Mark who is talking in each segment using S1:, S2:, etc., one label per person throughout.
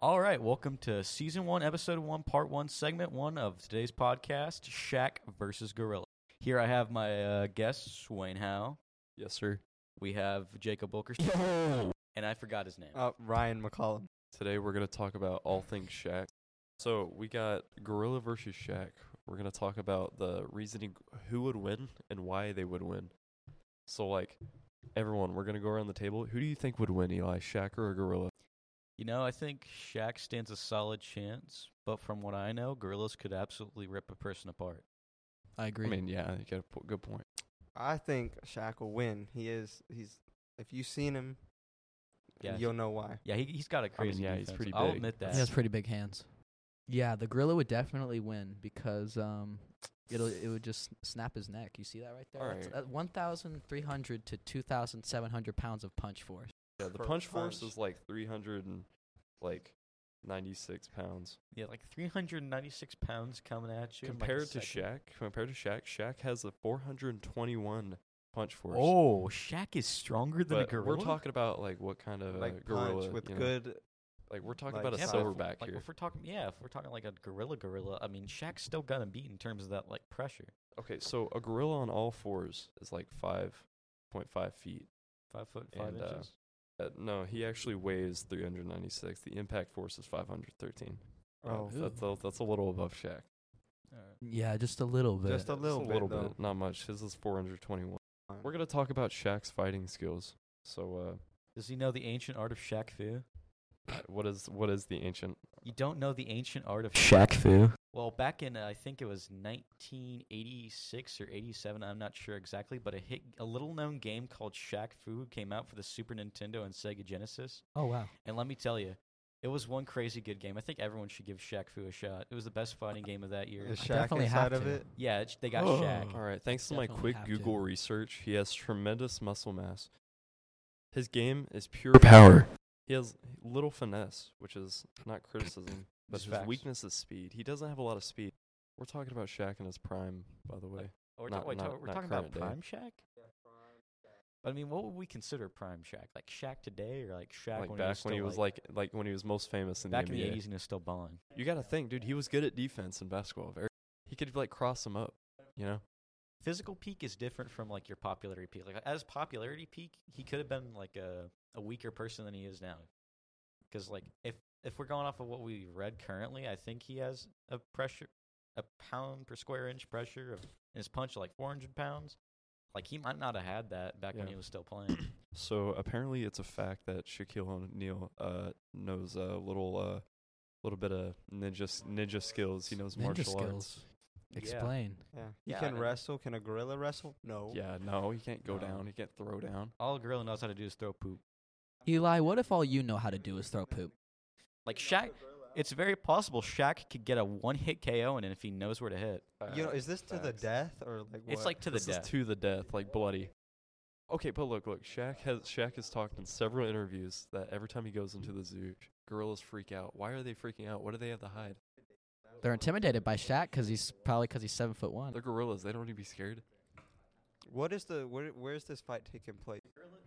S1: All right, welcome to season one, episode one, part one, segment one of today's podcast, Shaq versus Gorilla. Here I have my uh, guests, Wayne Howe.
S2: Yes, sir.
S1: We have Jacob Wilkerson, and I forgot his name.
S3: Uh, Ryan McCollum.
S2: Today we're gonna talk about all things Shaq. So we got Gorilla versus Shaq. We're gonna talk about the reasoning who would win and why they would win. So like everyone, we're gonna go around the table. Who do you think would win, Eli? Shaq or a Gorilla?
S1: You know, I think Shaq stands a solid chance, but from what I know, gorillas could absolutely rip a person apart.
S4: I agree.
S2: I mean, yeah, you got a po- good point.
S3: I think Shaq will win. He is. He's. If you've seen him,
S1: Yeah,
S3: you'll know why.
S1: yeah, he, he's got a crazy.
S2: yeah, he's
S1: defense.
S2: pretty
S1: I'll
S2: big.
S1: admit that.
S4: he has pretty big hands. Yeah, the gorilla would definitely win because um, it'll it would just snap his neck. You see that right there? That's-
S2: Alright.
S4: that's one thousand three hundred to two thousand seven hundred pounds of punch force.
S2: Yeah, the
S3: For
S2: punch force
S3: punch.
S2: is like three hundred and like ninety six pounds
S1: Yeah, like 396 pounds coming at you. in, like, a
S2: compared to
S1: second.
S2: Shaq. Compared to Shaq, Shaq has a four hundred twenty one punch force.
S1: Oh, Shaq is stronger than
S2: But
S1: a gorilla.
S2: we're talking about like what kind of
S3: Like
S2: gorilla
S3: punch with
S2: you know?
S3: good.
S2: Like we're talking
S3: Like,
S2: about a
S3: Yeah, but if-
S2: silverback
S1: like,
S2: here.
S1: If we're talking, yeah, if we're talking like a gorilla, gorilla, I mean, Shaq's still gonna beat in terms of that like pressure.
S2: Okay, so a gorilla on all fours is like five point five feet.
S1: Five foot five
S2: And, uh,
S1: inches.
S2: Uh, no, he actually weighs three hundred ninety six. The impact force is five hundred thirteen.
S3: Oh,
S4: Ooh.
S2: that's a, that's a little above Shaq.
S1: Alright.
S4: Yeah, just a little bit.
S3: Just a
S2: It's
S3: little
S2: a
S3: bit,
S2: little
S3: though.
S2: bit, not much. His is four hundred twenty one. We're gonna talk about Shaq's fighting skills. So,
S1: Does he know the ancient art of Shaq Fu?
S2: uh, what is what is the ancient?
S1: You don't know the ancient art of Shaq Fu? Well, back in uh, I think it was 1986 or 87, I'm not sure exactly, but a hit, a little known game called Shaq Fu came out for the Super Nintendo and Sega Genesis.
S4: oh wow.
S1: And let me tell you, it was one crazy good game. I think everyone should give Shaq Fu a shot. It was the best fighting game of that year.
S3: Is
S4: I
S3: Shaq
S4: definitely have
S3: inside of
S4: to.
S3: it?
S1: yeah, it's, they got
S4: Oh.
S1: Shaq.
S2: All right, thanks to my
S4: Definitely
S2: quick
S4: have to.
S2: Google research, he has tremendous muscle mass. His game is pure power. He has little finesse, which is not criticism, but
S1: Just
S2: his
S1: facts.
S2: weakness is speed. He doesn't have a lot of speed. We're talking about Shaq in his prime, by the way.
S1: We're,
S2: Not-
S1: ta- wait, ta-
S2: not-
S1: we're
S2: not
S1: talking about
S2: current day.
S1: Prime Shaq. But I mean, what would we consider Prime Shaq? Like Shaq today, or like Shaq when
S2: like
S1: he
S2: back
S1: was
S2: when he
S1: still,
S2: was like, like when he was most famous in
S1: back
S2: the
S1: in
S2: NBA.
S1: the eighties and he was still balling.
S2: You got to think, dude. He was good at defense in basketball. Very. He could like cross him up, you know.
S1: Physical peak is different from like your popularity peak. Like as popularity peak, he could have been like a, a weaker person than he is now. Because like if if we're going off of what we read currently, I think he has a pressure a pound per square inch pressure of in his punch like four hundred pounds. Like he might not have had that back when
S2: Yeah.
S1: he was still playing.
S2: So apparently, it's a fact that Shaquille O'Neal uh, knows a little, uh, little bit of ninja s- ninja skills. He knows
S4: Ninja
S2: martial arts.
S4: skills. Explain.
S3: Yeah. He
S1: Yeah,
S3: can
S1: I-
S3: wrestle. Can a gorilla wrestle? No.
S2: Yeah, no, he can't go
S1: No.
S2: down. He can't throw down.
S1: All a gorilla knows how to do is throw poop.
S4: Eli, what if all you know how to do is throw poop?
S1: Like Shaq, it's very possible Shaq could get a one-hit KO, and if he knows where to hit,
S3: You know, is this to the
S2: Facts.
S3: death or like?
S1: it's
S3: what?
S1: like to the
S2: this
S1: death.
S2: is to the death, like bloody. Okay, but look, look. Shaq has Shaq has talked in several interviews that every time he goes into the zoo, gorillas freak out. Why are they freaking out? What do they have to hide?
S4: They're intimidated by Shaq 'cause he's probably 'cause he's seven foot one.
S2: They're gorillas. They don't need to be scared.
S3: What is the? Where, where's this fight taking place?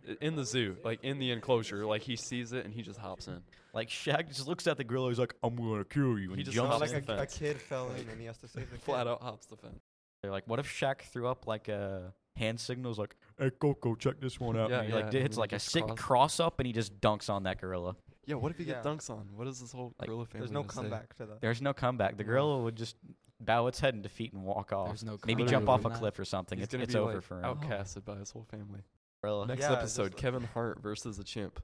S2: I- In the zoo, like in the enclosure, like he sees it and he just hops in.
S1: like Shaq just looks at the gorilla, he's like, "I'm gonna kill you," and
S2: He
S1: he,
S2: just
S1: jumps.
S2: hops
S3: like
S2: the
S3: a, a
S2: fence.
S3: kid fell in and he has to save the kid.
S2: Flat out hops the fence.
S1: They're like, "What if Shaq threw up like a hand signals, like, hey Coco, check this one out,'
S2: Yeah,
S1: and he like
S2: yeah,
S1: did-
S2: and
S1: hits
S2: then
S1: like a
S2: just
S1: sick
S2: cross-
S1: cross up, and he just dunks on that gorilla.
S2: Yeah, what if you get
S3: Yeah.
S2: dunks on? What is this whole
S1: Like,
S2: gorilla family?
S3: There's no
S2: gonna say?
S3: comeback to that.
S1: There's no comeback. The
S3: No.
S1: gorilla would just bow its head in defeat and walk off.
S4: There's no
S1: Maybe
S4: comeback
S1: jump
S4: from
S1: off a
S4: that.
S1: cliff or something.
S2: He's
S1: It's,
S2: gonna
S1: it's
S2: be,
S1: over
S2: like,
S1: for him.
S2: outcasted by his whole family.
S1: Gorilla.
S2: Next
S3: Yeah, just
S2: episode,
S3: like-
S2: Kevin Hart versus a chimp.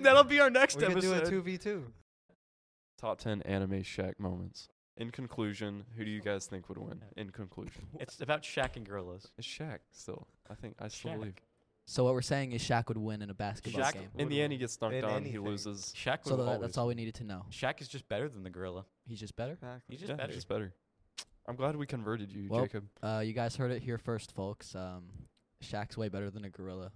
S1: That'll be our next
S3: we could do
S1: episode.
S3: a two v two.
S2: Top ten anime Shaq moments. In conclusion, who do you guys think would win? In conclusion,
S1: It's about Shaq and gorillas.
S2: it's Shaq. Still, I think I still
S1: Shaq.
S2: believe.
S4: So what we're saying is Shaq would win in a basketball
S1: Shaq-
S4: game.
S2: In
S3: Would
S2: the end,
S3: win.
S2: he gets dunked
S3: In
S2: on. He
S3: anything.
S2: loses.
S1: Shaq
S4: So
S1: would
S4: tha-
S1: always.
S4: that's all we needed to know.
S1: Shaq is just better than the gorilla.
S4: He's just better.
S3: Exactly.
S1: He's just
S2: yeah,
S1: better.
S2: he's just better. I'm glad we converted you,
S4: Well,
S2: Jacob.
S4: Uh, you guys heard it here first, folks. Um, Shaq's way better than a gorilla.